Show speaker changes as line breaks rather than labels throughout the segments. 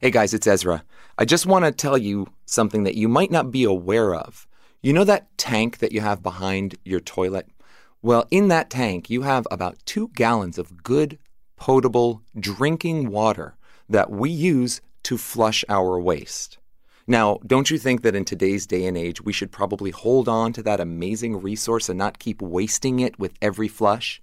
Hey guys, it's Ezra. I just want to tell you something that you might not be aware of. You know that tank that you have behind your toilet? Well, in that tank, you have about two gallons of good, potable drinking water that we use to flush our waste. Now, don't you think that in today's day and age, we should probably hold on to that amazing resource and not keep wasting it with every flush?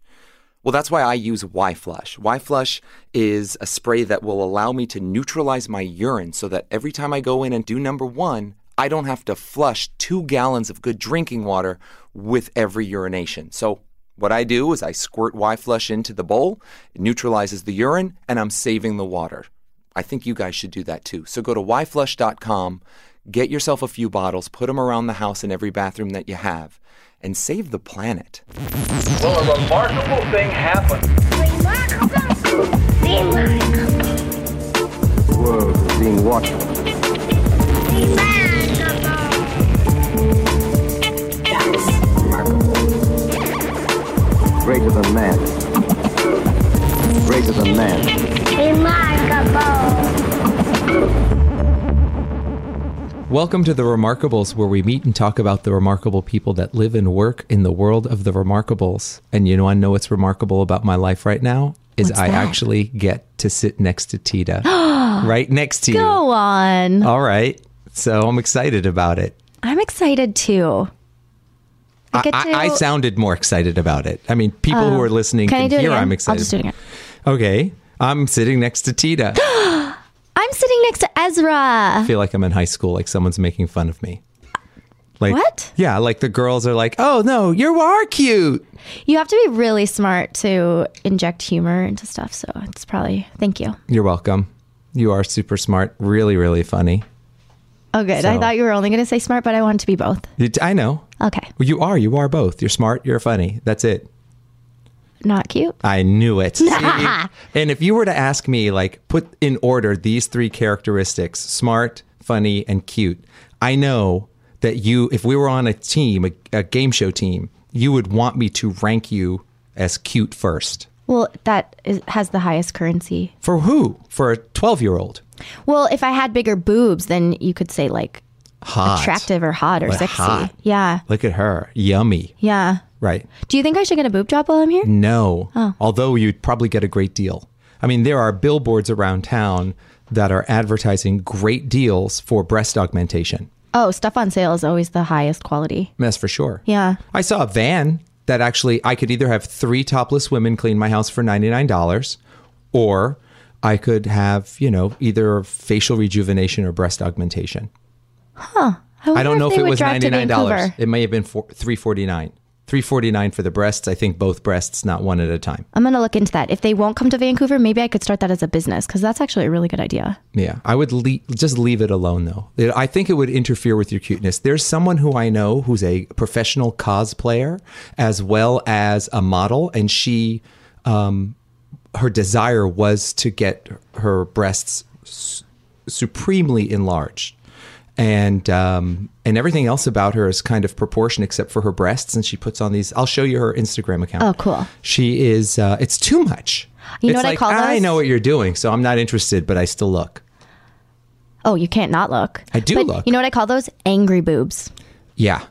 Well, that's why I use Y Flush. Y Flush is a spray that will allow me to neutralize my urine so that every time I go in and do number one, I don't have to flush two gallons of good drinking water with every urination. So, what I do is I squirt Y Flush into the bowl, it neutralizes the urine, and I'm saving the water. I think you guys should do that too. So, go to yflush.com, get yourself a few bottles, put them around the house in every bathroom that you have, and save the planet.
Well, a remarkable thing happened.
Remarkable.
The world is being watched. Greater than man. Greater than man.
Remarkable.
Welcome to The Remarkables, where we meet and talk about the remarkable people that live and work in the world of The Remarkables. And you know, I know what's remarkable about my life right now is I actually get to sit next to Tita. right next to you.
Go on.
All right. So I'm excited about it.
I'm excited too. I get
I, I
to- Oh.
sounded more excited about it. I mean, people who are listening
Can
can,
I do it
hear
again?
I'm excited.
I'll just do it again.
Okay. I'm sitting next to Tita.
I'm sitting next to
I
Ezra.
feel like I'm in high school, like someone's making fun of me. Like,
What?
Yeah, like the girls are like, oh no, you are cute.
You have to be really smart to inject humor into stuff. So it's probably, thank you.
You're welcome. You are super smart, really, really funny.
Oh, good.
So-
I thought you were only going to say smart, but I wanted to be both.
You, I know.
Okay.
Well, you are. You are both. You're smart. You're funny. That's it.
Not cute.
I knew it. See? and if you were to ask me, like, put in order these three characteristics smart, funny, and cute, I know that you, if we were on a team, a, a game show team, you would want me to rank you as cute first.
Well, that is, has the highest currency.
For who? For a 12 year old.
Well, if I had bigger boobs, then you could say like
Hot.
attractive or hot or
But
sexy.
hot.
Yeah.
Look at her. Yummy.
Yeah.
Right.
Do you think I should get a boob job while I'm here?
No. Although you'd probably get a great deal. I mean, there are billboards around town that are advertising great deals for breast augmentation.
Oh, stuff on sale is always the highest quality.
That's for sure.
Yeah.
I saw a van that actually I could either have three topless women clean my house for $99 or I could have, you know, either facial rejuvenation or breast augmentation. I don't
wonder
know if,
they
it
would
was
drive
ninety
to
nine dollars.
Vancouver.
It may have been four, three forty nine. Three forty nine for the breasts. I think both breasts, not one at a time.
I'm gonna look into that. If they won't come to Vancouver, maybe I could start that as a business because that's actually a really good idea.
Yeah, I would le- just leave it alone though. It- I think it would interfere with your cuteness. There's someone who I know who's a professional cosplayer as well as a model, and she, um, her desire was to get her breasts s- supremely enlarged. And um, and everything else about her is kind of proportion except for her breasts, and she puts on these. I'll show you her Instagram account.
Oh, cool.
She is. Uh, it's too much.
You
It's
know what I
like,
call
I
those?
know what you're doing, so I'm not interested, but I still look.
Oh, you can't not look.
I do
But
look.
You know what I call those? Angry boobs.
Yeah.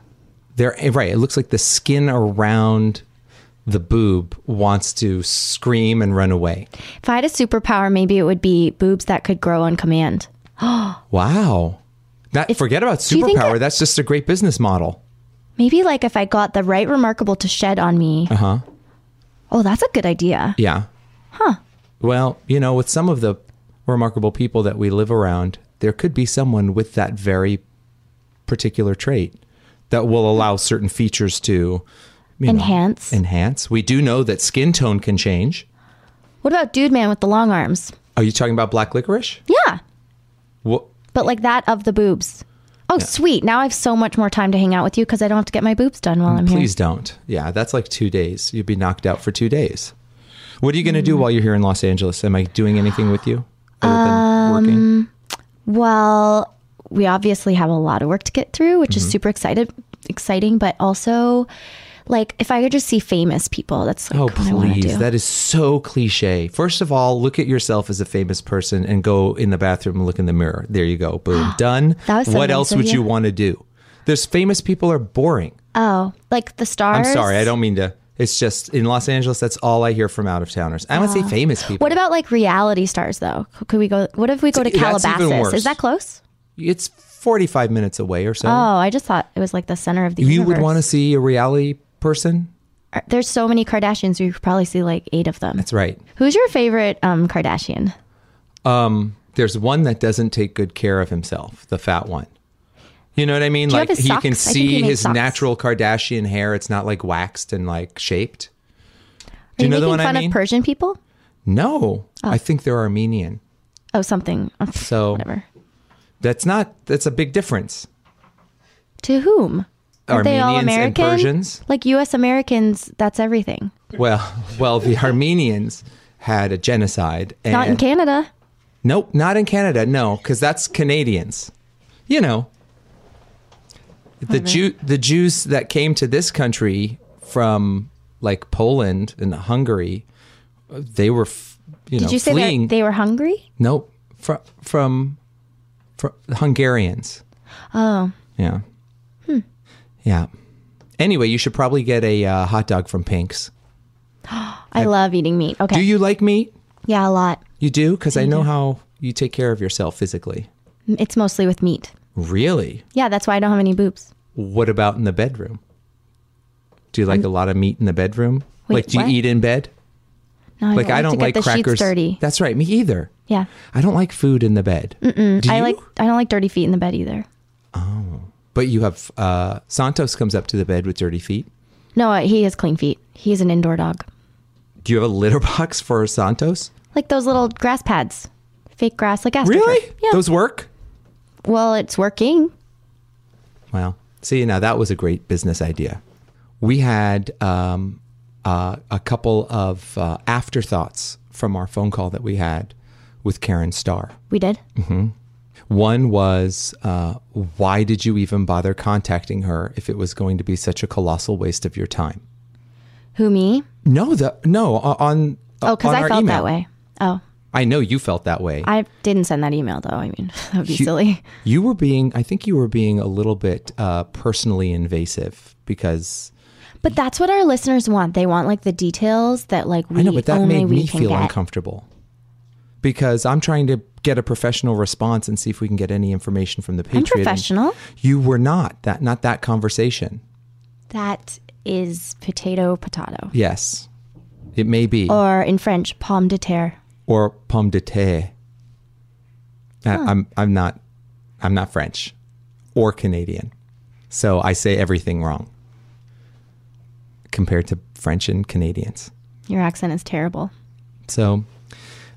They're right. It looks like the skin around the boob wants to scream and run away.
If I had a superpower, maybe it would be boobs that could grow on command.
Wow. Not forget about
do you think
superpower.
that-
That's just a great business model.
Maybe like if I got the right remarkable to shed on me. Uh
Uh-huh.
huh. Oh, that's a good idea.
Yeah. Huh. Well, you know, with some of the remarkable people that we live around, there could be someone with that very particular trait that will allow certain features to you know,
Enhance.
enhance. We do know that skin tone can change.
What about dude man with the long arms?
Are you talking about black licorice?
Yeah,
What?
but like that of the boobs. Oh, sweet. Now I have so much more time to hang out with you because I don't have to get my boobs done while I'm here.
Please don't. Yeah, that's like two days. You'd be knocked out for two days. What are you going to
Hmm.
do while you're here in Los Angeles? Am I doing anything with you other than
Um,
working?
Well,
Mm-hmm.
we obviously have a lot of work to get through, which is super excited, exciting, but also Like if I could just see famous people, that's like
Oh,
what I want to do.
please. That is so cliche. First of all, look at yourself as a famous person and go in the bathroom and look in the mirror. There you go. Boom. Done.
That was so
what
nice
else
of
would
you.
you want to do? There's famous people are boring.
oh, like the
I'm
stars.
sorry. I don't mean to. It's just in Los Angeles, that's all I hear from out of towners. I would say famous people.
What about like reality stars though? C- Could we go? What if we go to
That's even
Calabasas?
worse.
Is that close?
It's 45 minutes away or so.
Oh, I just thought it was like the center of the.
you would
universe.
want to see a reality person?
There's so many Kardashians. You could probably see like eight of them.
That's right.
Who's your favorite um, Kardashian?
There's one that doesn't take good care of himself, the fat one. You know what I mean?
you have
like
his
he
socks? I
can
think he
see
made
his
socks.
natural Kardashian hair. It's not like waxed and like shaped.
Are
Do you know the
making
one I
fun
mean?
of Persian people?
no, I think they're Armenian.
Oh, something.
So-
whatever.
That's not. That's a big difference.
To whom? Are they all
Armenians and
American?
Persians?
Like U.S. Americans, that's everything.
Well, well, the Armenians had a genocide. And,
Not in Canada.
Nope, not in Canada. No, because that's Canadians. You know, the Jew, the Jews that came to this country from like Poland and Hungary, uh, they were, f- you
Did
know,
you say
fleeing.
that they were hungry?
nope, from from from Hungarians. Oh, yeah,
Hmm.
yeah. Anyway, you should probably get a uh, hot dog from Pink's.
I love eating meat. Okay.
Do you like meat?
Yeah, a lot.
You do, because I know how you take care of yourself physically.
It's mostly with meat.
Really?
Yeah, that's why I don't have any boobs.
What about in the bedroom? Do you like a lot of meat in the bedroom?
Wait,
like, do you
what?
eat in bed?
No,
like, I don't
to
like
get the
crackers.
sheets dirty.
That's right, me either.
Yeah,
I don't like food in the bed. Do
I
you?
like I don't like dirty feet in the bed either.
But you have uh, Santos comes up to the bed with dirty feet.
No, uh, he has clean feet. He's an indoor dog.
Do you have a litter box for Santos?
Like those little grass pads, fake grass, like AstroTurf.
Really?
Yeah.
Those work?
well, it's working.
Well, see, now that was a great business idea. We had um, uh, a couple of uh, afterthoughts from our phone call that we had with Karen Starr.
We did.
Mm. One was, uh, why did you even bother contacting her if it was going to be such a colossal waste of your time?
Who me?
No, the no o- on.
Oh, because
on
I
our
felt
email.
that way. Oh,
I know you felt that way.
I didn't send that email though. I mean, that would be
You-
silly.
You were being, I think you were being a little bit uh, personally invasive because
But that's what our listeners want. They want like the details that like we
I know, but that
only
made
we
me
can
feel
get.
uncomfortable because I'm trying to get a professional response and see if we can get any information from the Patriot. and
professional.
You were not that, not that conversation.
That is potato potato,
Yes, it may be.
or in French, pomme de terre.
or pomme de terre. I, I'm I'm not I'm not French or Canadian, so I say everything wrong compared to French and Canadians.
Your accent is terrible.
So,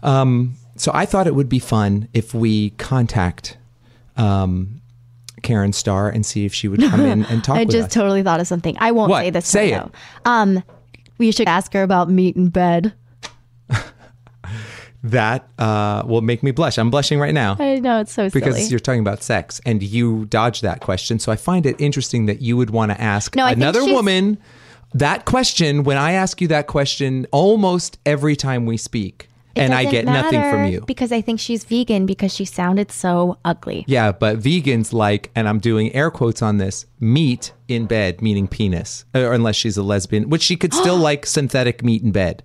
um, so I thought it would be fun if we contact um, Karen Starr and see if she would come in and talk
I
with
just
us.
totally thought of something. I won't
What?
say this.
Say
part, though. Um, we should ask her about meat in bed.
that uh, will make me blush. I'm blushing right now.
I know it's so
because
silly.
you're talking about sex and you dodged that question. So I find it interesting that you would want to ask
No, I think
another
she's-
woman that question when I ask you that question almost every time we speak.
It
and I
doesn't
get nothing from
matter
you.
because I think she's vegan because she sounded so ugly.
yeah, but vegans like, and I'm doing air quotes on this, meat in bed, meaning penis, or unless she's a lesbian, which she could still like synthetic meat in bed.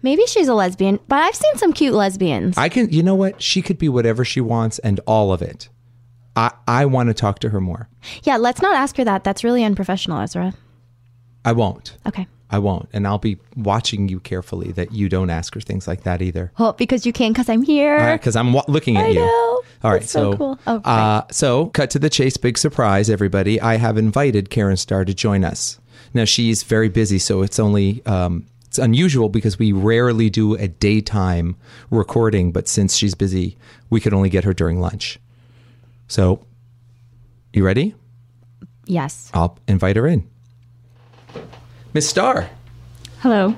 Maybe she's a lesbian, but I've seen some cute lesbians.
I can, you know what? She could be whatever she wants and all of it. I, I want to talk to her more.
yeah, let's not ask her that. That's really unprofessional, Ezra.
I won't.
Okay.
I won't. And I'll be watching you carefully that you don't ask her things like that either.
Well, because you can, because I'm here.
Because I'm wa- looking at
I
you.
know.
All right.
That's so cool. Oh,
uh, so, cut to the chase. Big surprise, everybody. I have invited Karen Starr to join us. Now, she's very busy, so it's only. Um, it's unusual because we rarely do a daytime recording, but since she's busy, we could only get her during lunch. So, you ready?
Yes.
I'll invite her in. Miss Starr,
Hello.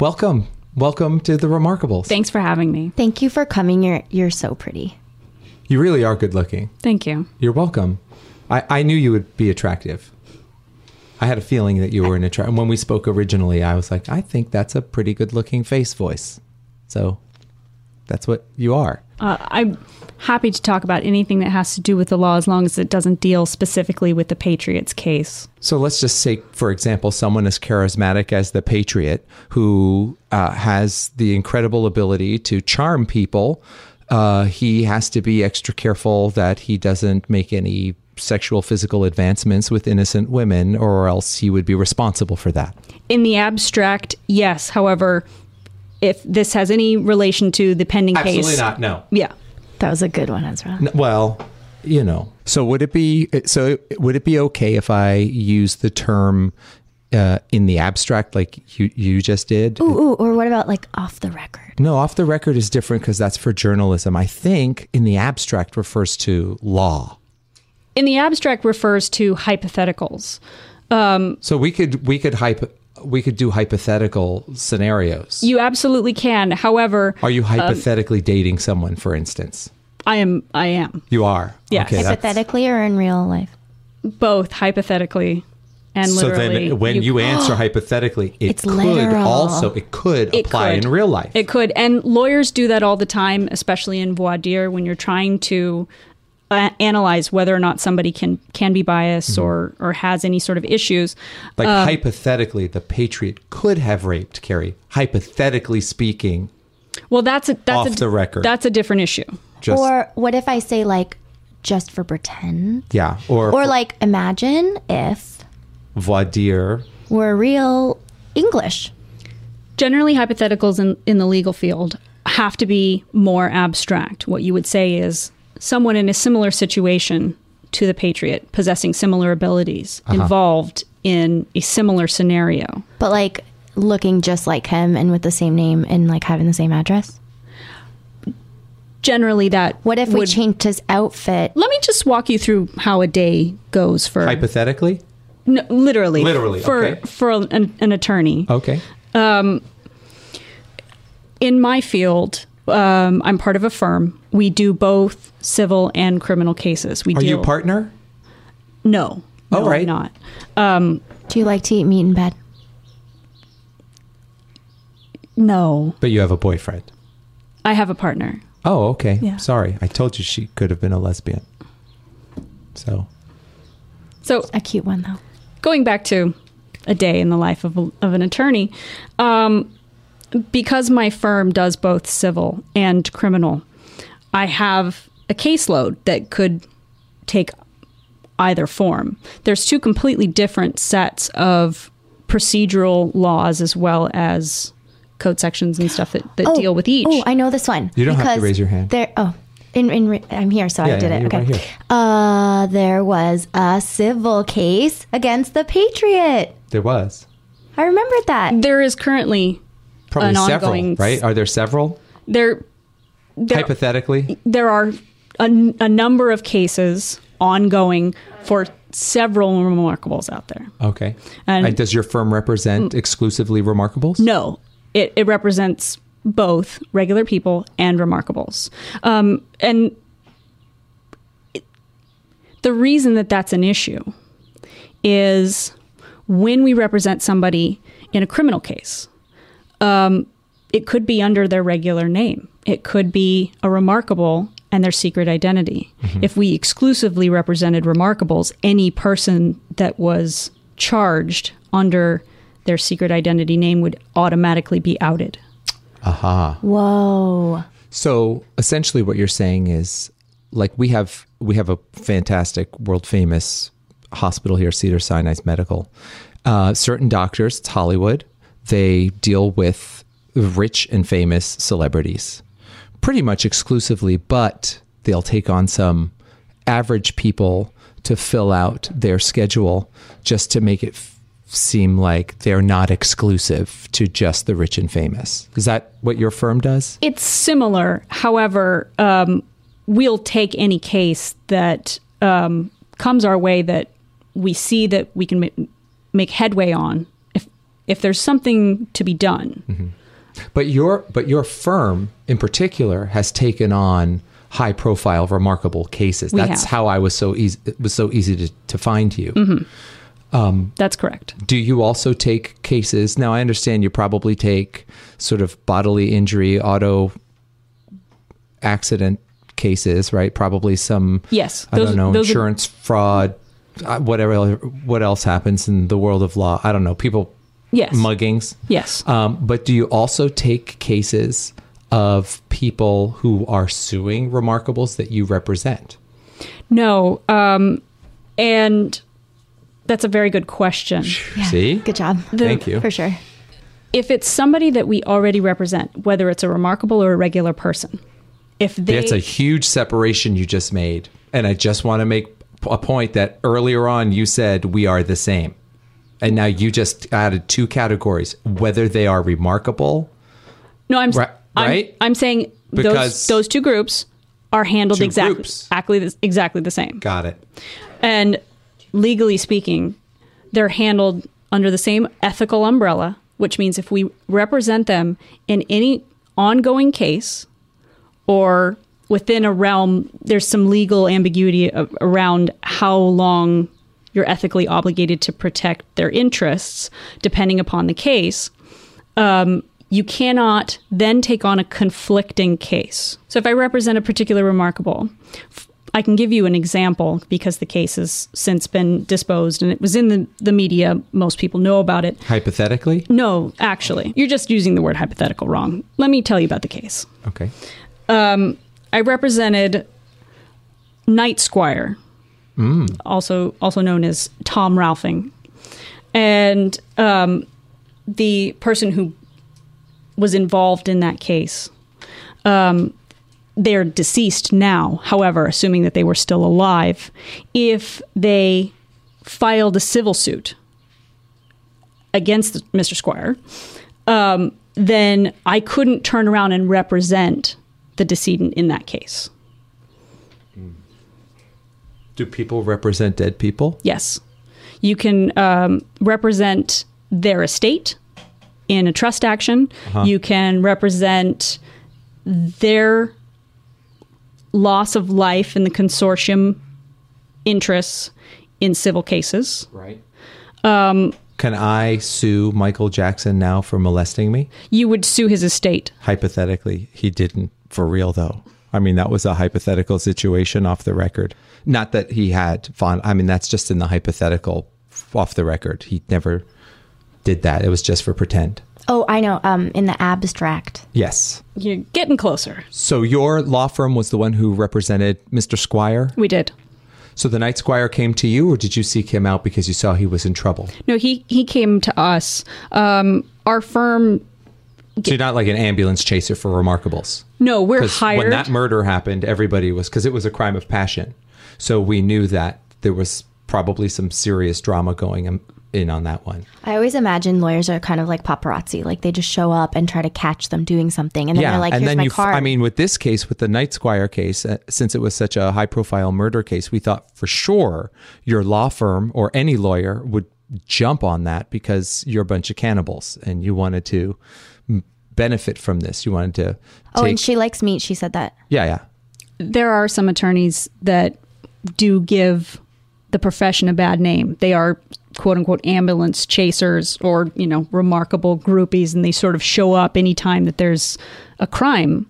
welcome. Welcome to the Remarkables.
Thanks for having me.
Thank you for coming. You're you're so pretty.
You really are good looking.
Thank you.
You're welcome. I, I knew you would be attractive. I had a feeling that you were an attract. When we spoke originally, I was like, I think that's a pretty good looking face voice. So that's what you are.
Uh, I'm happy to talk about anything that has to do with the law as long as it doesn't deal specifically with the Patriots case.
So let's just say, for example, someone as charismatic as the Patriot, who uh, has the incredible ability to charm people, uh, he has to be extra careful that he doesn't make any sexual physical advancements with innocent women, or else he would be responsible for that.
In the abstract, yes. However, if this has any relation to the pending case,
No.
Yeah.
That was a good one, Ezra.
Well, you know. So would it be so? Would it be okay if I use the term uh, in the abstract, like you you just did?
Ooh, ooh, or what about like off the record?
No, off the record is different because that's for journalism. I think in the abstract refers to law.
In the abstract refers to hypotheticals.
So we could we could hypo, we could do hypothetical scenarios.
You absolutely can. However,
Are you hypothetically dating someone, for instance?
I am I am
You are.
Yes.
that's-
Hypothetically or in real life?
both hypothetically and
So
literally.
then, when you, answer hypothetically, it
It's
could
literal.
also it could
It
apply
could.
in real life.
It could. And lawyers do that all the time, especially in voir dire when you're trying to uh, analyze whether or not somebody can can be biased
Mm-hmm.
or or has any sort of issues.
Like hypothetically, the Patriot could have raped Carrie. Hypothetically speaking,
Well, that's a that's
Off
a,
the record.
That's a different issue.
just
or what if I say like just for pretend?
yeah, or,
Or like imagine if
voir dire.
we're real English.
Generally, hypotheticals in in the legal field have to be more abstract. What you would say is someone in a similar situation to the patriot possessing similar abilities
Uh-huh.
involved in a similar scenario.
But like looking just like him and with the same name and like having the same address.
Generally, that
What if we
would-
changed his outfit?
Let me just walk you through how a day goes for
Hypothetically,
no, literally,
Literally,
for
okay.
for an, an attorney.
okay.
In my field, um, I'm part of a firm. We do both civil and criminal cases. We
Are
deal,
you partner?
No, no,
All right.
I'm not.
Do you like to eat meat in bed?
No,
But you have a boyfriend.
I have a partner.
Oh, okay.
Yeah.
Sorry, I told you she could have been a lesbian. So
So
A cute one though.
going back to a day in the life of, a, of an attorney, um, because my firm does both civil and criminal, I have a caseload that could take either form. There's two completely different sets of procedural laws as well as code sections and stuff that, that deal with each.
Oh, I know this one.
You don't have to
Because
raise your hand.
There. Oh, in in re- I'm here, so
Yeah,
I did
yeah,
it.
you're
Okay.
right here.
Uh, there was a civil case against the Patriot.
there was
I remembered that.
there is currently
probably
An
several,
ongoing s-
right? Are there several?
there there
Hypothetically,
there are a, n- a number of cases ongoing for several remarkables out there.
okay.
And- Mm.
And does your firm represent exclusively remarkables?
No, it, it represents both regular people and remarkables. Um, and it- the reason that that's an issue is when we represent somebody in a criminal case, um, it could be under their regular name, it could be a remarkable and their secret identity.
Mm-hmm.
If we exclusively represented remarkables, any person that was charged under their secret identity name would automatically be outed.
Whoa.
So essentially, what you're saying is, like, we have we have a fantastic, world famous hospital here, Cedar Sinai's Medical. Uh, certain doctors, it's Hollywood. They deal with rich and famous celebrities, pretty much exclusively, but they'll take on some average people to fill out their schedule just to make it f- seem like they're not exclusive to just the rich and famous. Is that what your firm does?
It's similar, however, um, we'll take any case that um, comes our way that we see that we can ma- make headway on. If if there's something to be done,
Mm-hmm. But your but your firm in particular has taken on high profile, remarkable cases.
We
That's
have. Mm-hmm.
how I was so easy. It was so easy to, to find you.
That's correct.
Do you also take cases? Now, I understand you probably take sort of bodily injury, auto accident cases, right? Probably some,
Yes,
I
those-
don't know,
those are-
insurance fraud, uh, whatever, el- what else happens in the world of law? I don't know, people
Yes.
muggings.
Yes.
Um, but do you also take cases of people who are suing remarkables that you represent?
No. Um, and that's a very good question.
See?
Good job.
Thank you.
For sure.
If it's somebody that we already represent, whether it's a remarkable or a regular person, if they
That's a huge separation you just made. And I just want to make a point that earlier on you said we are the same. And now you just added two categories whether they are remarkable.
no, I'm
Ri-
I'm-
right?
I'm, saying
Because-
those those two groups are handled
Two
exactly
groups.
exactly the, exactly the same,
Got it.
and legally speaking, they're handled under the same ethical umbrella. Which means if we represent them in any ongoing case, or within a realm, there's some legal ambiguity a- around how long you're ethically obligated to protect their interests, depending upon the case. Um, you cannot then take on a conflicting case. So, if I represent a particular remarkable, f- I can give you an example because the case has since been disposed and it was in the, the media. Most people know about it.
Hypothetically?
No, actually, you're just using the word hypothetical wrong. Let me tell you about the case
Okay.
um, I represented Night Squire, also also known as Tom Ralphing, and um, the person who was involved in that case. Um, they're deceased now, however, assuming that they were still alive, if they filed a civil suit against Mr. Squire, um, then I couldn't turn around and represent the decedent in that case.
Do people represent dead people?
Yes. You can um, represent their estate in a trust action.
Uh-huh.
You can represent their loss of life in the consortium interests in civil cases.
Right. Um, Can I sue Michael Jackson now for molesting me?
You would sue his estate.
hypothetically he didn't for real though i mean that was a hypothetical situation off the record not that he had fun i mean that's just in the hypothetical f- off the record he never did that it was just for pretend
Oh, I know. Um, in the abstract.
yes
You're getting closer.
so your law firm was the one who represented mr squire
We did.
so the night squire came to you or did you seek him out because you saw he was in trouble
No, he, he came to us. Um, our firm,
so you're not like an ambulance chaser for remarkables
no, we're
Because
hired.
when that murder happened, everybody was because it was a crime of passion. So we knew that there was probably some serious drama going in- in on that one.
I always imagine lawyers are kind of like paparazzi. Like they just show up and try to catch them doing something, and then they're like,
and
"Here's
then
my
you.
card."
I mean, with this case, with the Night Squire case, uh, since it was such a high-profile murder case, we thought for sure your law firm or any lawyer would jump on that because you're a bunch of cannibals and you wanted to m- benefit from this. You wanted to. Take,
oh, and she likes meat. She said that.
yeah, yeah.
there are some attorneys that do give the profession a bad name. They are quote unquote ambulance chasers or, you know, remarkable groupies and they sort of show up anytime that there's a crime.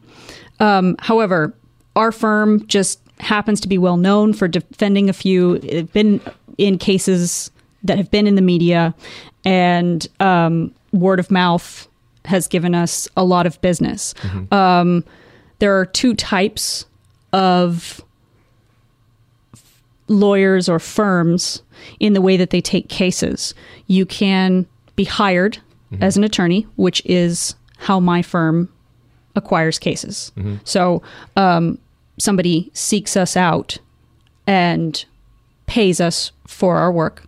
Um, however, our firm just happens to be well known for defending a few, It's been in cases that have been in the media, and um, word of mouth has given us a lot of business. Um, there are two types of lawyers or firms in the way that they take cases. You can be hired as an attorney, which is how my firm acquires cases. So um, somebody seeks us out and pays us for our work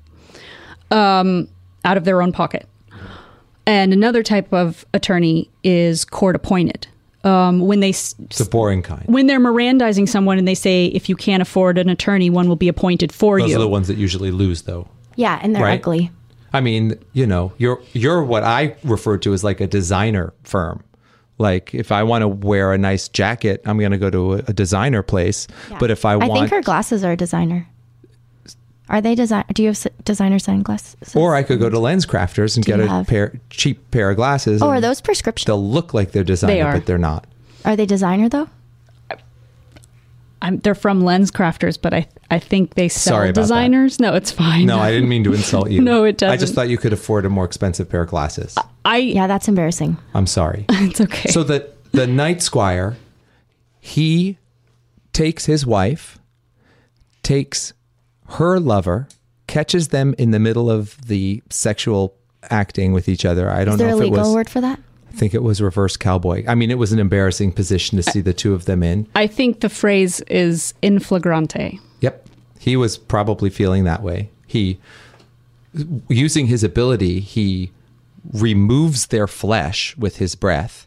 um, out of their own pocket. And another type of attorney is court appointed. Um, when they s-
It's a boring kind.
when they're Mirandizing someone and they say, if you can't afford an attorney, one will be appointed for
Those
you.
are the ones that usually lose, though.
Yeah, and they're
Right.
ugly.
I mean, you know, you're you're what I refer to as like a designer firm. Like if I want to wear a nice jacket, I'm going to go to a, a designer place. But if I
I
want
think her glasses are a designer. Are they design? Do you have s- designer sunglasses?
Or I could go to Lens Crafters and
Do
get
you
a
have-
pair cheap pair of glasses.
Oh, are
and
those prescription?
They'll look like they're designer,
They are.
but they're not.
Are they designer though?
I'm, they're from Lens Crafters, but I I think they sell
Sorry about that.
designers. No, it's fine.
No, I didn't mean to insult you.
No, it
I just
doesn't.
thought you could afford a more expensive pair of glasses.
Uh,
I
Yeah, that's embarrassing.
I'm sorry.
it's okay.
so the the night squire, he takes his wife, takes her lover, catches them in the middle of the sexual acting with each other. I don't
Is there
know
a
if it
legal
was.
word for that?
I think it was reverse cowboy. I mean, it was an embarrassing position to see the two of them in.
I think the phrase is in flagrante.
Yep. He was probably feeling that way. He, using his ability, he removes their flesh with his breath,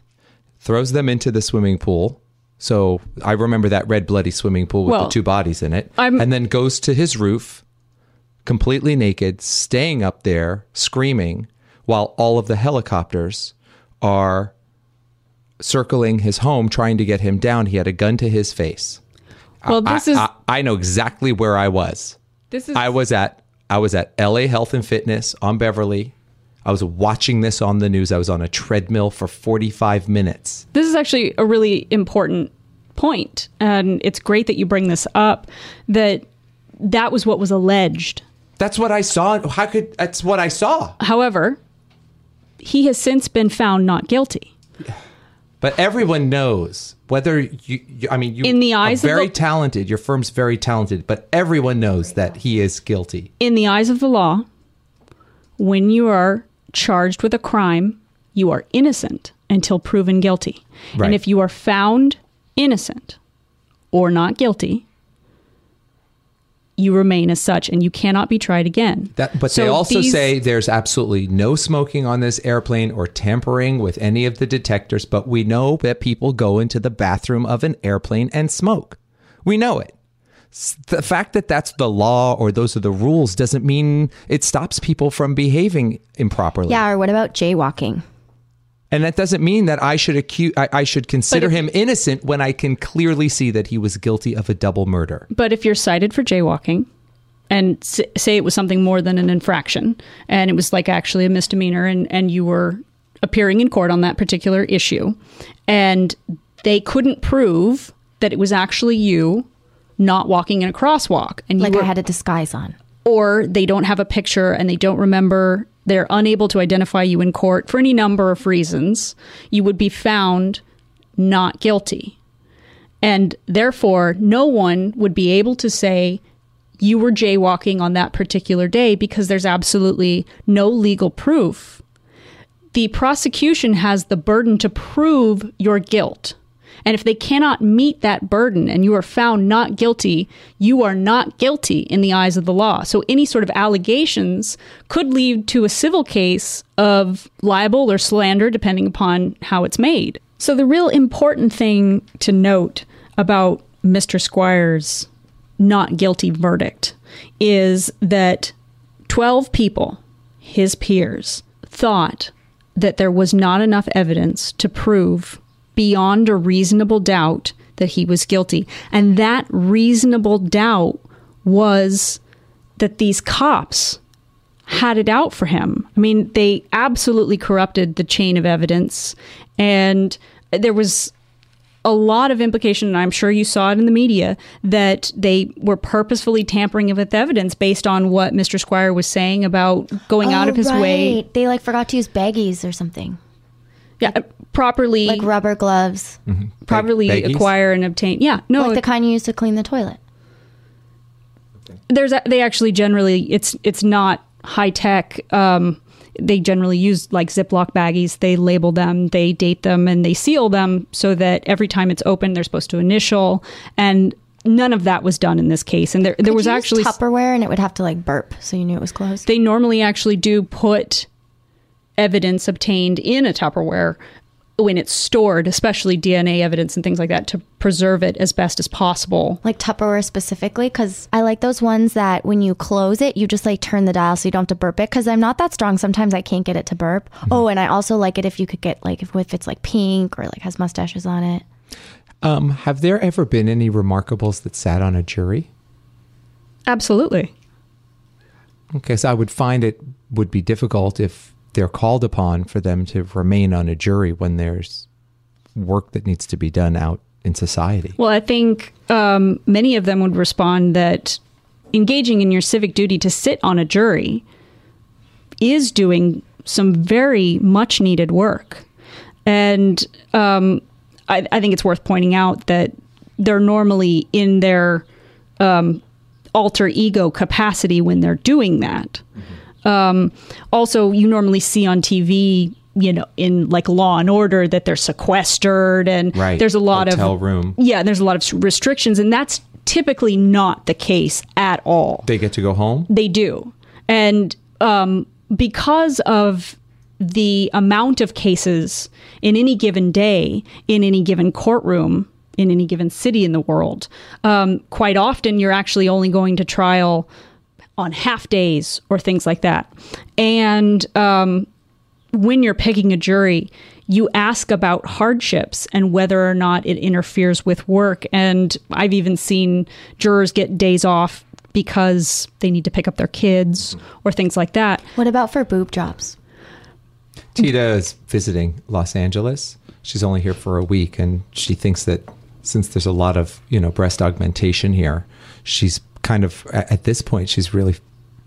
throws them into the swimming pool. So I remember that red, bloody swimming pool with
Well,
the two bodies in it.
I'm-
and then goes to his roof, completely naked, staying up there, screaming, while all of the helicopters are circling his home, trying to get him down. He had a gun to his face.
Well, this
I,
is
I, I know exactly where I was.
this is
I was at I was at LA Health and Fitness on Beverly. I was watching this on the news. I was on a treadmill for 45 minutes.
this is actually a really important point, and it's great that you bring this up. That that was what was alleged.
That's what I saw. How could that's what I saw?
However, he has since been found not guilty.
But everyone knows whether you, you I mean you
In the eyes
are
of
very
the-
talented. Your firm's very talented, but everyone knows that he is guilty.
In the eyes of the law, when you are charged with a crime, you are innocent until proven guilty.
Right.
And if you are found innocent or not guilty, you remain as such and you cannot be tried again.
That, but they
So
also
these-
say there's absolutely no smoking on this airplane or tampering with any of the detectors. But we know that people go into the bathroom of an airplane and smoke. We know it. S- The fact that that's the law or those are the rules doesn't mean it stops people from behaving improperly.
Yeah. Or what about jaywalking?
And that doesn't mean that I should accuse, I, I should consider him innocent when I can clearly see that he was guilty of a double murder.
But if you're cited for jaywalking and s- say it was something more than an infraction and it was like actually a misdemeanor and, and you were appearing in court on that particular issue and they couldn't prove that it was actually you not walking in a crosswalk and you
Like
were,
I had a disguise on.
or they don't have a picture and they don't remember they're unable to identify you in court for any number of reasons you would be found not guilty and therefore no one would be able to say you were jaywalking on that particular day because there's absolutely no legal proof the prosecution has the burden to prove your guilt. And if they cannot meet that burden and you are found not guilty, you are not guilty in the eyes of the law. So any sort of allegations could lead to a civil case of libel or slander, depending upon how it's made. So the real important thing to note about Mr. Squire's not guilty verdict is that 12 people, his peers, thought that there was not enough evidence to prove beyond a reasonable doubt that he was guilty. And that reasonable doubt was that these cops had it out for him. I mean, they absolutely corrupted the chain of evidence. And there was a lot of implication, and I'm sure you saw it in the media, that they were purposefully tampering with evidence based on what Mr. Squire was saying about going out of his
Oh,
way.
They like forgot to use baggies or something,
Yeah, properly,
like rubber gloves,
properly
Baggies?
acquire and obtain. Yeah, no,
like the kind you use to clean the toilet.
there's a- they actually generally it's it's not high tech. Um, they generally use like Ziploc baggies. They label them, they date them, and they seal them so that every time it's open, they're supposed to initial. And none of that was done in this case. And there there
Could
was
you use
actually
Tupperware, and it would have to like burp, so you knew it was closed.
they normally actually do put evidence obtained in a Tupperware when it's stored, especially DNA evidence and things like that, to preserve it as best as possible.
like Tupperware specifically, because I like those ones that when you close it, you just like turn the dial so you don't have to burp it. Because I'm not that strong. Sometimes I can't get it to burp.
Mm-hmm.
Oh, and I also like it if you could get like if, if it's like pink or like has mustaches on it.
Um, have there ever been any remarkables that sat on a jury?
Absolutely.
Okay, so I would find it would be difficult if they're called upon for them to remain on a jury when there's work that needs to be done out in society.
Well, I think um, many of them would respond that engaging in your civic duty to sit on a jury is doing some very much needed work. And um, I, I think it's worth pointing out that they're normally in their um, alter ego capacity when they're doing that. Um, also, you normally see on TV, you know, in like Law and Order, that they're sequestered and
Right.
there's a lot
Hotel
of
room.
Yeah, there's a lot of restrictions, and that's typically not the case at all.
They get to go home?
They do. And um, because of the amount of cases in any given day, in any given courtroom, in any given city in the world, um, quite often you're actually only going to trial on half days or things like that. And um, when you're picking a jury, you ask about hardships and whether or not it interferes with work. And I've even seen jurors get days off because they need to pick up their kids or things like that.
What about for boob jobs?
Tita is visiting Los Angeles. She's only here for a week, and she thinks that since there's a lot of you know breast augmentation here, she's kind of a- at this point she's really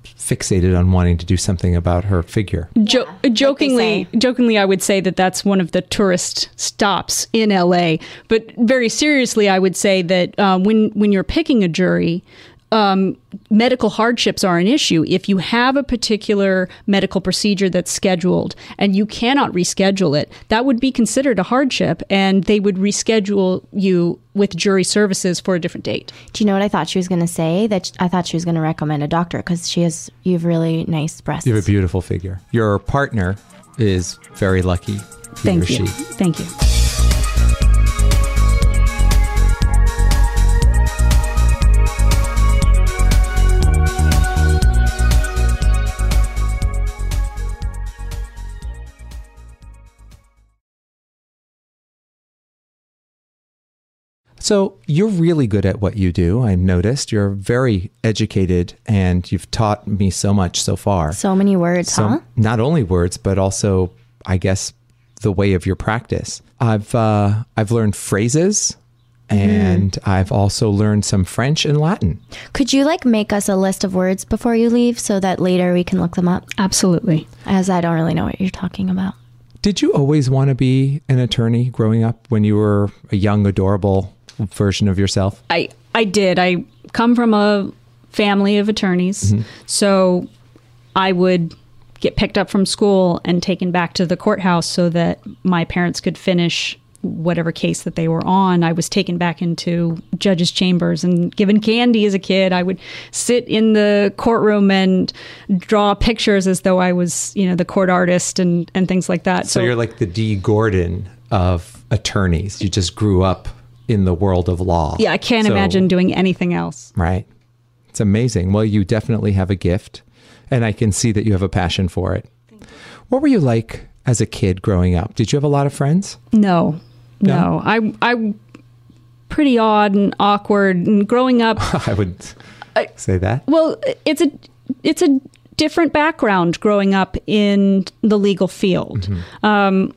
fixated on wanting to do something about her figure.
Jo- jokingly, jokingly, I would say that that's one of the tourist stops in LA. But very seriously, I would say that um, when when you're picking a jury, um, medical hardships are an issue. If you have a particular medical procedure that's scheduled and you cannot reschedule it, that would be considered a hardship, and they would reschedule you with jury services for a different date.
Do you know what I thought she was going to say? That sh- I thought she was going to recommend a doctor because she has you have really nice breasts.
You have a beautiful figure. Your partner is very lucky. He or
Thank
she.
you. Thank you.
So you're really good at what you do. I noticed you're very educated, and you've taught me so much so far.
so many words, huh?
not only words but also i guess the way of your practice i've uh, i've learned phrases
Mm-hmm.
and i've also learned some french and latin
Could you like make us a list of words before you leave so that later we can look them up?
Absolutely.
As I don't really know what you're talking about.
did you always want to be an attorney growing up when you were a young adorable version of yourself
I I did. I come from a family of attorneys,
Mm-hmm.
so I would get picked up from school and taken back to the courthouse so that my parents could finish whatever case that they were on. I was taken back into judges' chambers and given candy as a kid. I would sit in the courtroom and draw pictures as though I was, you know, the court artist and and things like that.
so you're like the d gordon of attorneys you just grew up in the world of law
yeah, I can't
So-
imagine doing anything else.
Right. It's amazing. Well, you definitely have a gift, and I can see that you have a passion for it. What were you like as a kid growing up? Did you have a lot of friends?
No,
No?
no. I I'm pretty odd and awkward. And growing up,
I would say that.
well, it's a it's a different background growing up in the legal field. Um,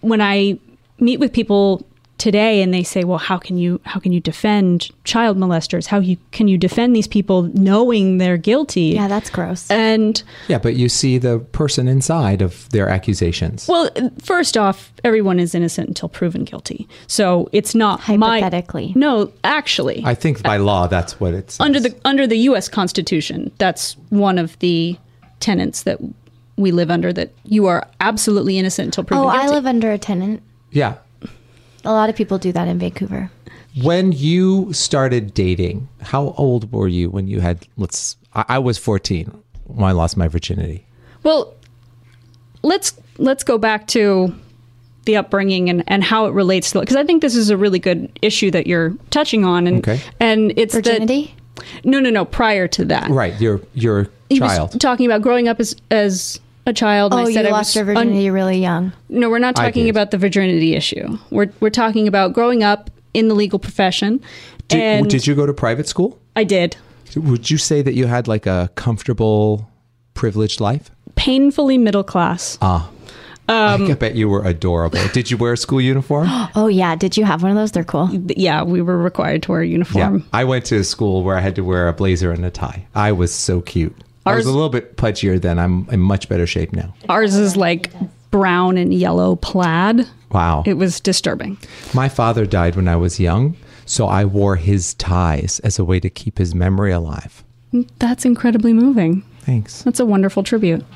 when I meet with people today and they say, "Well, how can you how can you defend child molesters? How you can you defend these people knowing they're guilty?"
Yeah, that's gross.
Eh,
and
Yeah, but you see the person inside of their accusations.
well, first off, everyone is innocent until proven guilty. So it's not
Hypothetically.
My, no, actually,
I think by law, that's what it's
under the under the U.S. Constitution. That's one of the tenets that we live under. That you are absolutely innocent until proven
oh,
guilty.
I live under a tenant.
Yeah.
A lot of people do that in Vancouver.
When you started dating, how old were you when you had, let's, I, I was 14 when I lost my virginity.
well, let's let's go back to the upbringing and, and how it relates to because I think this is a really good issue that you're touching on and
Okay.
and it's that-
Virginity?
no no no prior to that
Right. Your, your
he
child.
was talking about growing up as as a child. and
oh,
I said
you
I
lost
was
your
un-
virginity really young.
No, we're not
I
talking
did.
about the virginity issue. We're we're talking about growing up in the legal profession.
did,
and
did you go to private school?
I did.
Would you say that you had like a comfortable privileged life?
painfully middle class.
Uh.
Um,
I bet you were adorable. Did you wear a school uniform?
Oh yeah, did you have one of those? They're cool.
yeah, we were required to wear a uniform.
I went to a school where I had to wear a blazer and a tie. I was so cute. I was a
Ours-
little bit pudgier then. I'm in much better shape now.
Ours is like brown and yellow plaid.
Wow.
It was disturbing.
My father died when I was young, so I wore his ties as a way to keep his memory alive.
That's incredibly moving.
Thanks.
That's a wonderful tribute.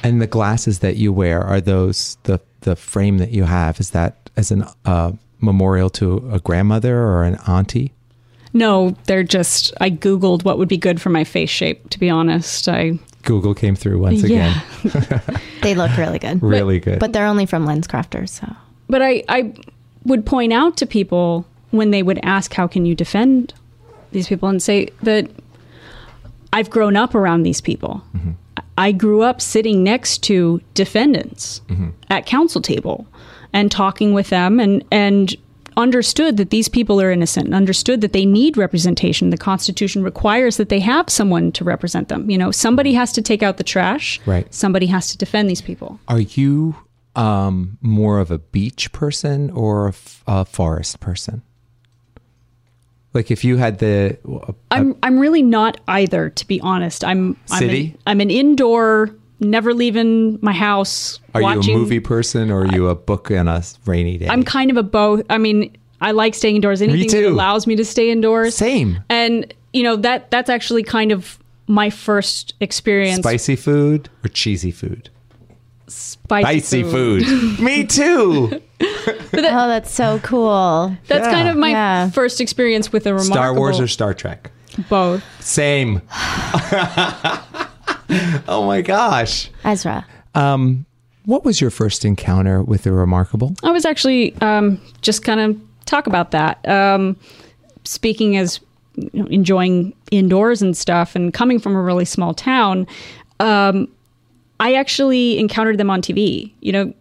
And the glasses that you wear are those the the frame that you have is that as an uh, memorial to a grandmother or an auntie?
No, they're just, I Googled what would be good for my face shape, to be honest. I,
Google came through once again.
yeah.
They look really good.
Really good.
But they're only from lens crafters, so
But I, I would point out to people when they would ask, How can you defend these people? and say that I've grown up around these people. I grew up sitting next to defendants at council table and talking with them and, and understood that these people are innocent and understood that they need representation. The Constitution requires that they have someone to represent them. You know, somebody has to take out the trash.
Right.
Somebody has to defend these people.
Are you um, more of a beach person or a, f- a forest person? Like if you had the
I'm I'm really not either, to be honest. I'm
City?
I'm an, I'm an indoor, never leaving my house.
are
watching.
you a movie person or are you a book on a rainy day?
I'm kind of a both. I mean, I like staying indoors. Anything
too.
that allows me to stay indoors.
Same.
And you know that that's actually kind of my first experience.
Spicy food or cheesy food?
spicy,
food. Me too.
Oh, that's so cool.
That's
Yeah.
kind of my
Yeah.
first experience with a remarkable
Star Wars or Star Trek?
both.
Same. oh my gosh.
Ezra.
What was your first encounter with the remarkable?
I was actually um, just kind of talk about that. Um, speaking as you know, enjoying indoors and stuff, and coming from a really small town, um, I actually encountered them on TV. You know,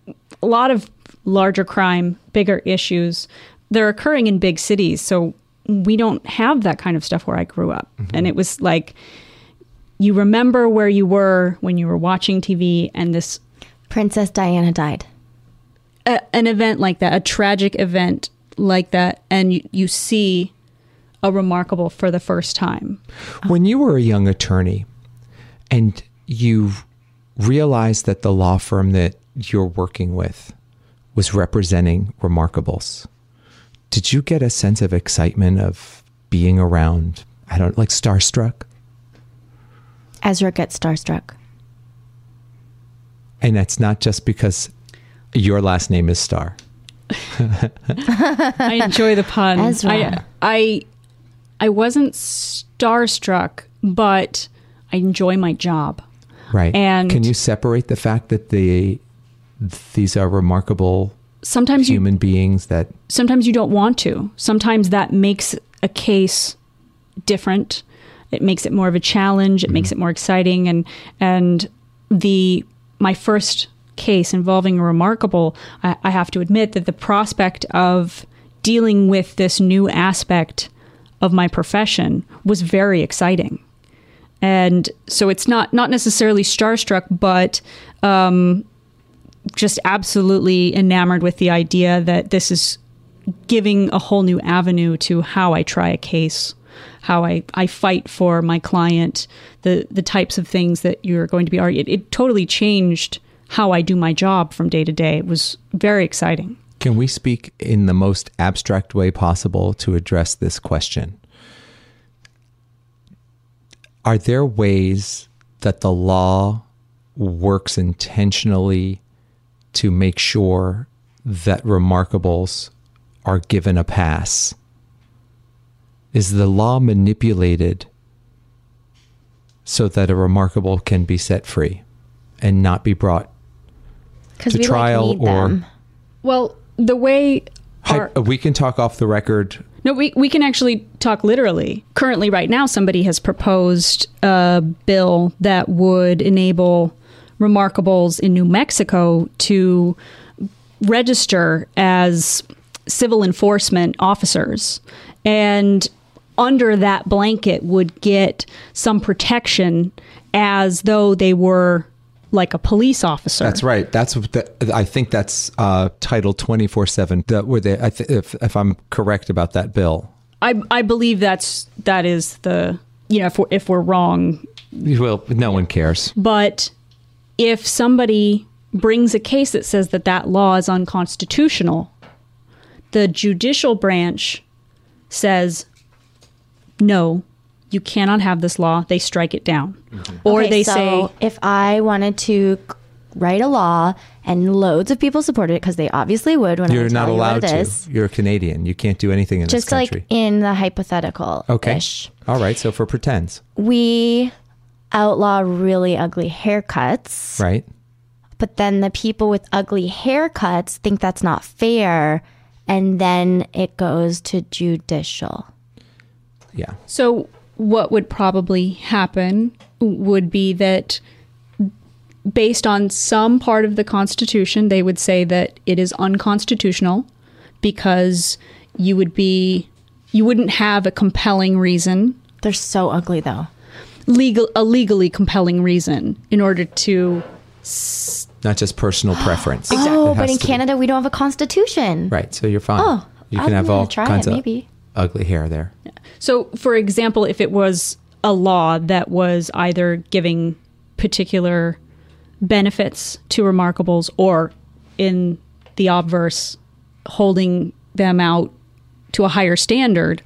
a lot of larger crime, bigger issues, they're occurring in big cities, so we don't have that kind of stuff where I grew up, and it was like. You remember where you were when you were watching TV, and this
Princess Diana died.
a, an event like that, a tragic event like that, and you, you see a remarkable for the first time.
When you were a young attorney and you realized that the law firm that you're working with was representing remarkables, did you get a sense of excitement of being around, I don't like starstruck?
Ezra gets starstruck.
And that's not just because your last name is Star.
I enjoy the pun.
Ezra.
I, I I wasn't starstruck, but I enjoy my job.
Right.
And-
can you separate the fact that the these are remarkable
Sometimes you
human beings that
sometimes you don't want to. Sometimes that makes a case different. It makes it more of a challenge. It makes it more exciting. And and the my first case involving a remarkable, I, I have to admit that the prospect of dealing with this new aspect of my profession was very exciting. And so it's not not necessarily starstruck, but um, just absolutely enamored with the idea that this is giving a whole new avenue to how I try a case, how I, I fight for my client, the the types of things that you're going to be argued. It totally changed how I do my job from day to day. It was very exciting.
Can we speak in the most abstract way possible to address this question? Are there ways that the law works intentionally to make sure that remarkables are given a pass? Is the law manipulated so that a remarkable can be set free and not be brought
Because
To
we
trial
like, need
or-
them.
Well, the way our,
Hi- we can talk off the record
No, we, we can actually talk literally. Currently, right now, somebody has proposed a bill that would enable remarkables in New Mexico to register as civil enforcement officers. And under that blanket would get some protection as though they were like a police officer.
That's right. That's what the, I think that's uh, Title twenty four seven. That where they, I th- if if I'm correct about that bill.
I I believe that's that is the you know if we're, if we're wrong,
Well, no one cares.
but if somebody brings a case that says that that law is unconstitutional, the judicial branch says no. You cannot have this law. They strike it down, or
Okay,
they
so
say
if I wanted to c- write a law and loads of people supported it because they obviously would when I
You're
tell
not
you
allowed
what it
to.
is.
You're a Canadian. You can't do anything in
Just
this country.
like in the hypothetical.
okay. All right. So for pretends,
We outlaw really ugly haircuts.
right?
but then the people with ugly haircuts think that's not fair and then it goes to judicial
Yeah.
So, what would probably happen would be that based on some part of the Constitution, they would say that it is unconstitutional because you would be you wouldn't have a compelling reason
they're so ugly though
legal a legally compelling reason in order to
Not just personal preference.
oh
It
but
has
in
to be-
canada we don't have a constitution
right? So you're fine.
Oh,
you
I'm
can have
gonna
all
try it,
kinds of
maybe.
ugly hair there.
So, for example, if it was a law that was either giving particular benefits to remarkables or in the obverse, holding them out to a higher standard,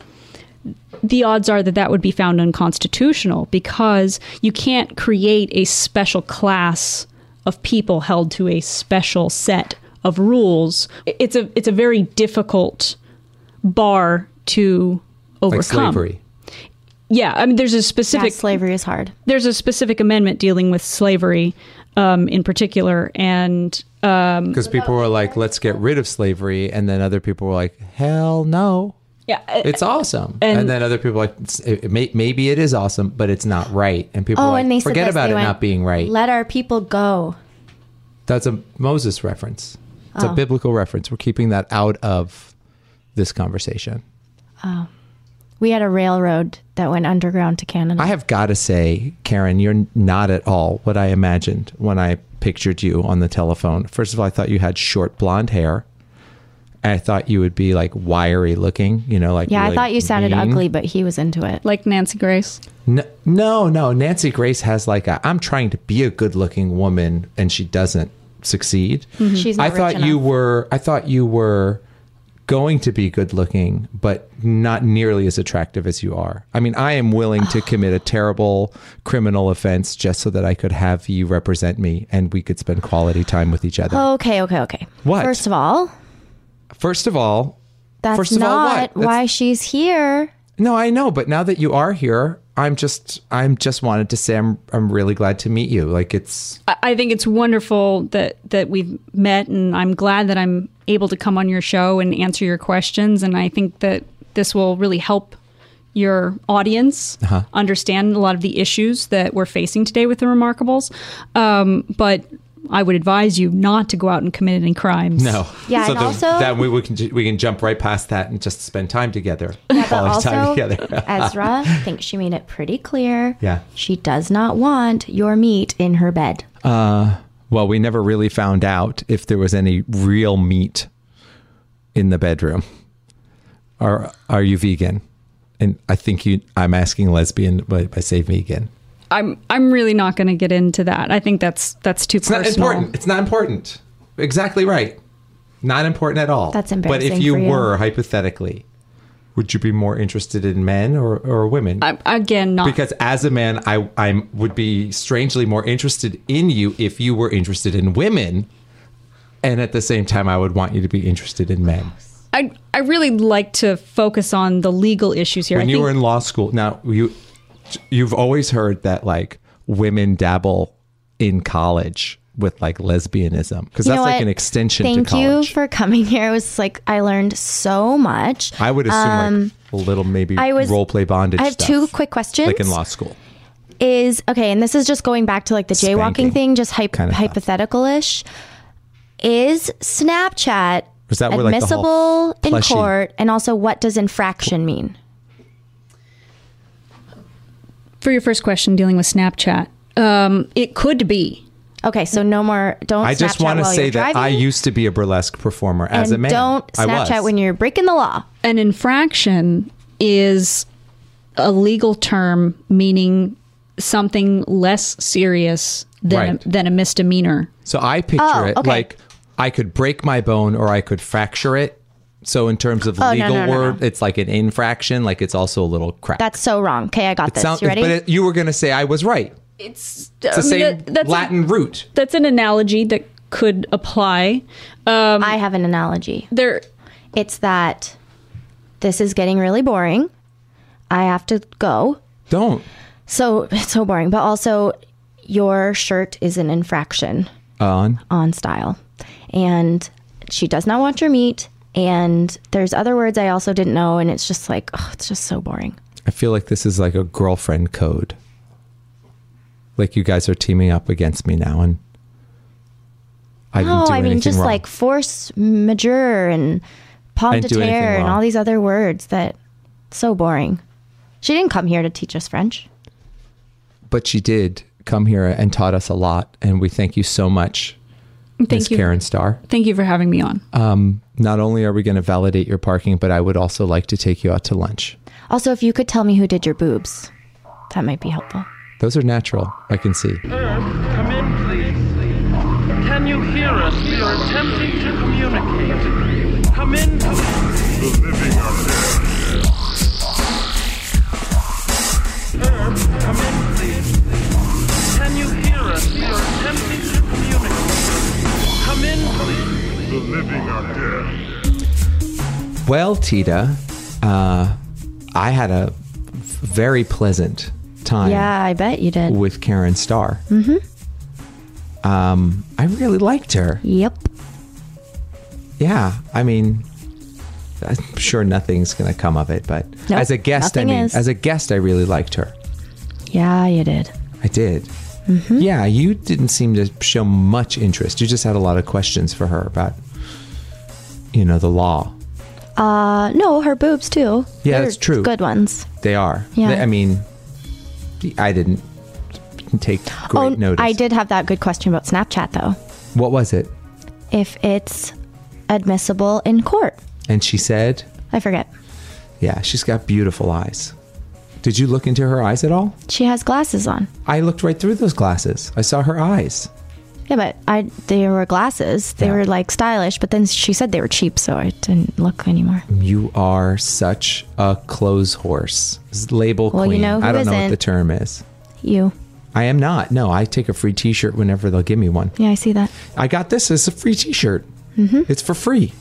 the odds are that that would be found unconstitutional because you can't create a special class of people held to a special set of rules. It's a it's a very difficult bar to overcome.
Like slavery.
Yeah, I mean, there's a
yeah,
specific
slavery is hard
there's a specific amendment dealing with slavery um, in particular, and um,
Because people were like, let's get rid of slavery. And then other people were like, hell no.
yeah,
It's awesome. And,
And-
then other people were like, "It's- it, it may, maybe it is awesome, but it's not right. And people
oh
were like,
and they said
forget
this,
about
they
it
went,
not being right.
let our people go
That's a Moses reference. It's
Oh.
a biblical reference. We're keeping that out of this conversation.
we had a railroad that went underground to canada
I have got to say, Karen, you're not at all what I imagined when I pictured you on the telephone. First of all, I thought you had short blonde hair. I thought you would be like wiry looking, you know, like
yeah i
really
thought you sounded
mean.
ugly but he was into it
like Nancy Grace.
No, no, no. Nancy Grace has like a I'm trying to be a good looking woman and she doesn't succeed.
Mm-hmm. she's not
I thought
rich
you
enough.
were I thought you were going to be good looking, but not nearly as attractive as you are. I mean, I am willing to commit a terrible criminal offense just so that I could have you represent me and we could spend quality time with each other.
okay okay okay
What?
first of all
First of all,
that's
First of all, what?
not
That's-
why she's here
No, I know, but now that you are here, I'm just I'm just wanted to say I'm I'm really glad to meet you. Like it's
I, I think it's wonderful that that we've met, and I'm glad that I'm able to come on your show and answer your questions, and I think that this will really help your audience understand a lot of the issues that we're facing today with the Remarkables. Um, but I would advise you not to go out and commit any crimes.
No.
Yeah,
So
and
then,
also-
then we, we can ju- we can jump right past that and just spend time together,
but
quality time
also,
together.
Ezra thinks she made it pretty clear.
Yeah.
She does not want your meat in her bed.
well, we never really found out if there was any real meat in the bedroom. Are are you vegan? And I think you. I'm asking lesbian, but I say vegan.
I'm I'm really not going to get into that. I think that's that's too
It's not
personal.
important. It's not important. Exactly right. Not important at all.
That's
But if
embarrassing
you
for you.
were hypothetically, would you be more interested in men or, or women?
I, again, not
because as a man i i would be strangely more interested in you if you were interested in women and at the same time i would want you to be interested in men
I I really like to focus on the legal issues here.
when
I
you
think,
were in law school now you you've always heard that like women dabble in college with like lesbianism because
You
that's
know
like
what?
an extension
Thank
to
you
college
for coming here. It was like I learned so much. Uh,
i would assume like a little maybe
um, I was-
role play bondage
I have
stuff,
two quick questions.
like in law school
Is okay, and this is just going back to like the
Spanking
jaywalking thing, just hype,
kind of stuff.
hypothetical ish. Is Snapchat
Is that where, like, the
admissible
whole
in
plushie-
court? And also, what does infraction mean?
for your first question dealing with Snapchat, um, it could be.
Okay, so no more. Don't.
I just
want to
say that I
driving,
used to be a burlesque performer as
and
a man.
Don't
I
Snapchat
was.
when you're breaking the law.
An infraction is a legal term meaning something less serious than,
Right.
a, than a misdemeanor.
So I picture
Oh,
it
okay.
like I could break my bone or I could fracture it. So in terms of
Oh, no,
legal
no, no,
word,
no.
it's like an infraction. Like it's also a little crack.
That's so wrong. Okay, I got this.
Sound-
you ready? Um,
But it, you were going to say I was right.
It's,
It's the same Latin root.
that's an analogy that could apply.
I have an analogy.
There,
It's that this is getting really boring. I have to go.
Don't.
So it's so boring. But also, your shirt is an infraction
On.
on style, and she does not want your meat. And there's other words I also didn't know, and it's just like oh, it's just so boring.
I feel like this is like a girlfriend code. Like you guys are teaming up against me now, and I didn't
No,
do
Oh, I mean
anything
just
wrong.
like force majeure and
I
pomme de
didn't do anything
terre and
wrong.
all these other words that so boring. She didn't come here to teach us French.
but she did come here and taught us a lot, and we thank you so much, Miss
thank you,
Karen Starr.
thank you for having me on.
Not only are we going to validate your parking, but I would also like to take you out to lunch.
Also, if you could tell me who did your boobs, that might be helpful.
Those are natural. I can see.
Come in, please. Can you hear us? We are attempting to communicate. Come in, please. Herb, come in, please. Can you hear us? We are attempting to communicate. Come in, please. The living are dead.
Well, Tita, uh, I had a very pleasant time
Yeah, I bet you did.
with Karen Starr. Mm-hmm.
Mm-hmm.
Um, I really liked her.
Yep.
Yeah, I mean, I'm sure nothing's going to come of it, but
Nope,
as a guest, I
nothing
mean,
is.
as a guest, I really liked her.
Yeah, you did.
I did.
Mm-hmm.
Yeah, you didn't seem to show much interest. You just had a lot of questions for her about, you know, the law.
Uh, no, her boobs too.
Yeah,
They're
that's true.
Good ones.
They are.
Yeah.
They- I mean, I didn't take great
oh,
notice.
I did have that good question about Snapchat though.
What was it?
If it's admissible in court,
And she said,
I forget.
"Yeah, she's got beautiful eyes." Did you look into her eyes at all?
She has glasses on.
I looked right through those glasses. I saw her eyes.
Yeah, but I they were glasses. They
Yeah.
were like stylish, but then she said they were cheap, so I didn't look anymore.
You are such a clothes horse. This is Label
Well, you
queen.
know who
I don't know what
isn't.
the term is.
You.
I am not. No, I take a free T-shirt whenever they'll give me one.
Yeah, I see that.
I got this as a free T-shirt. It's for free,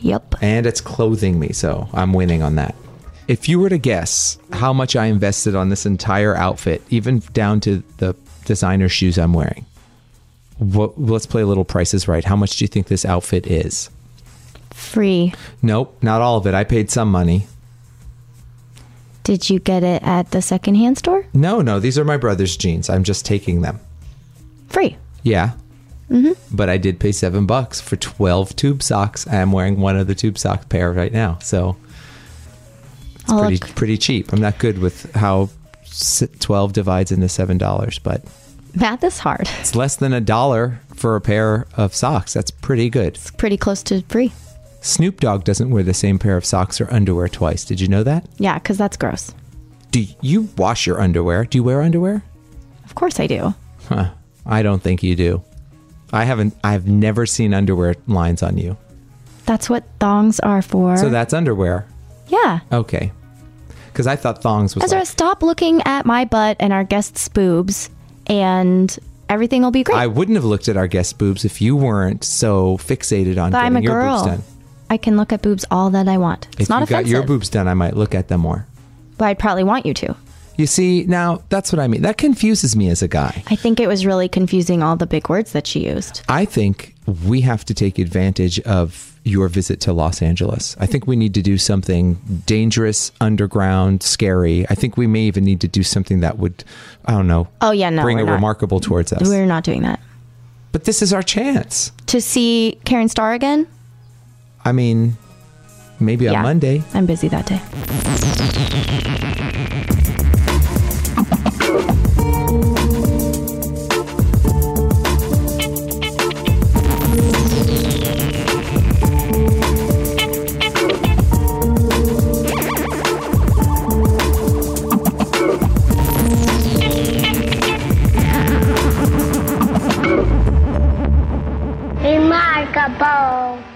Yep.
and it's clothing me, so I'm winning on that. If you were to guess how much I invested on this entire outfit, even down to the designer shoes I'm wearing, what, let's play a little prices right. How much do you think this outfit is?
Free.
Nope, not all of it. I paid some money.
Did you get it at the secondhand store?
No, no, these are my brother's jeans. I'm just taking them.
Free.
Yeah. But I did pay seven bucks for 12 tube socks. I'm wearing one of the tube sock pair right now. So it's
I'll
pretty,
look.
pretty cheap. I'm not good with how s- 12 divides into $7, but
Math is hard.
it's less than a dollar for a pair of socks. That's pretty good.
It's pretty close to free.
Snoop Dogg doesn't wear the same pair of socks or underwear twice. Did you know that?
Yeah, because that's gross.
Do you wash your underwear? Do you wear underwear?
Of course I do.
Huh. I don't think you do. I haven't, I've never seen underwear lines on you.
That's what thongs are for.
So that's underwear.
yeah.
Okay. Because I thought thongs was
Ezra,
like,
stop looking at my butt and our guests' boobs, and everything will be great.
I wouldn't have looked at our guest boobs if you weren't so fixated on
But
getting
I'm a
your
girl.
boobs done.
I can look at boobs all that I want. It's
if
not
you
offensive.
got your boobs done, I might look at them more.
but I'd probably want you to.
You see, now that's what I mean. That confuses me as a guy.
I think it was really confusing all the big words that she used.
I think we have to take advantage of your visit to Los Angeles. I think we need to do something dangerous, underground, scary. I think we may even need to do something that would, I don't know,
Oh yeah, no,
bring
we're
a
not.
remarkable towards us.
We're not doing that.
But this is our chance.
To see Karen Starr again?
I mean, maybe on Monday.
I'm busy that day.
a bowl.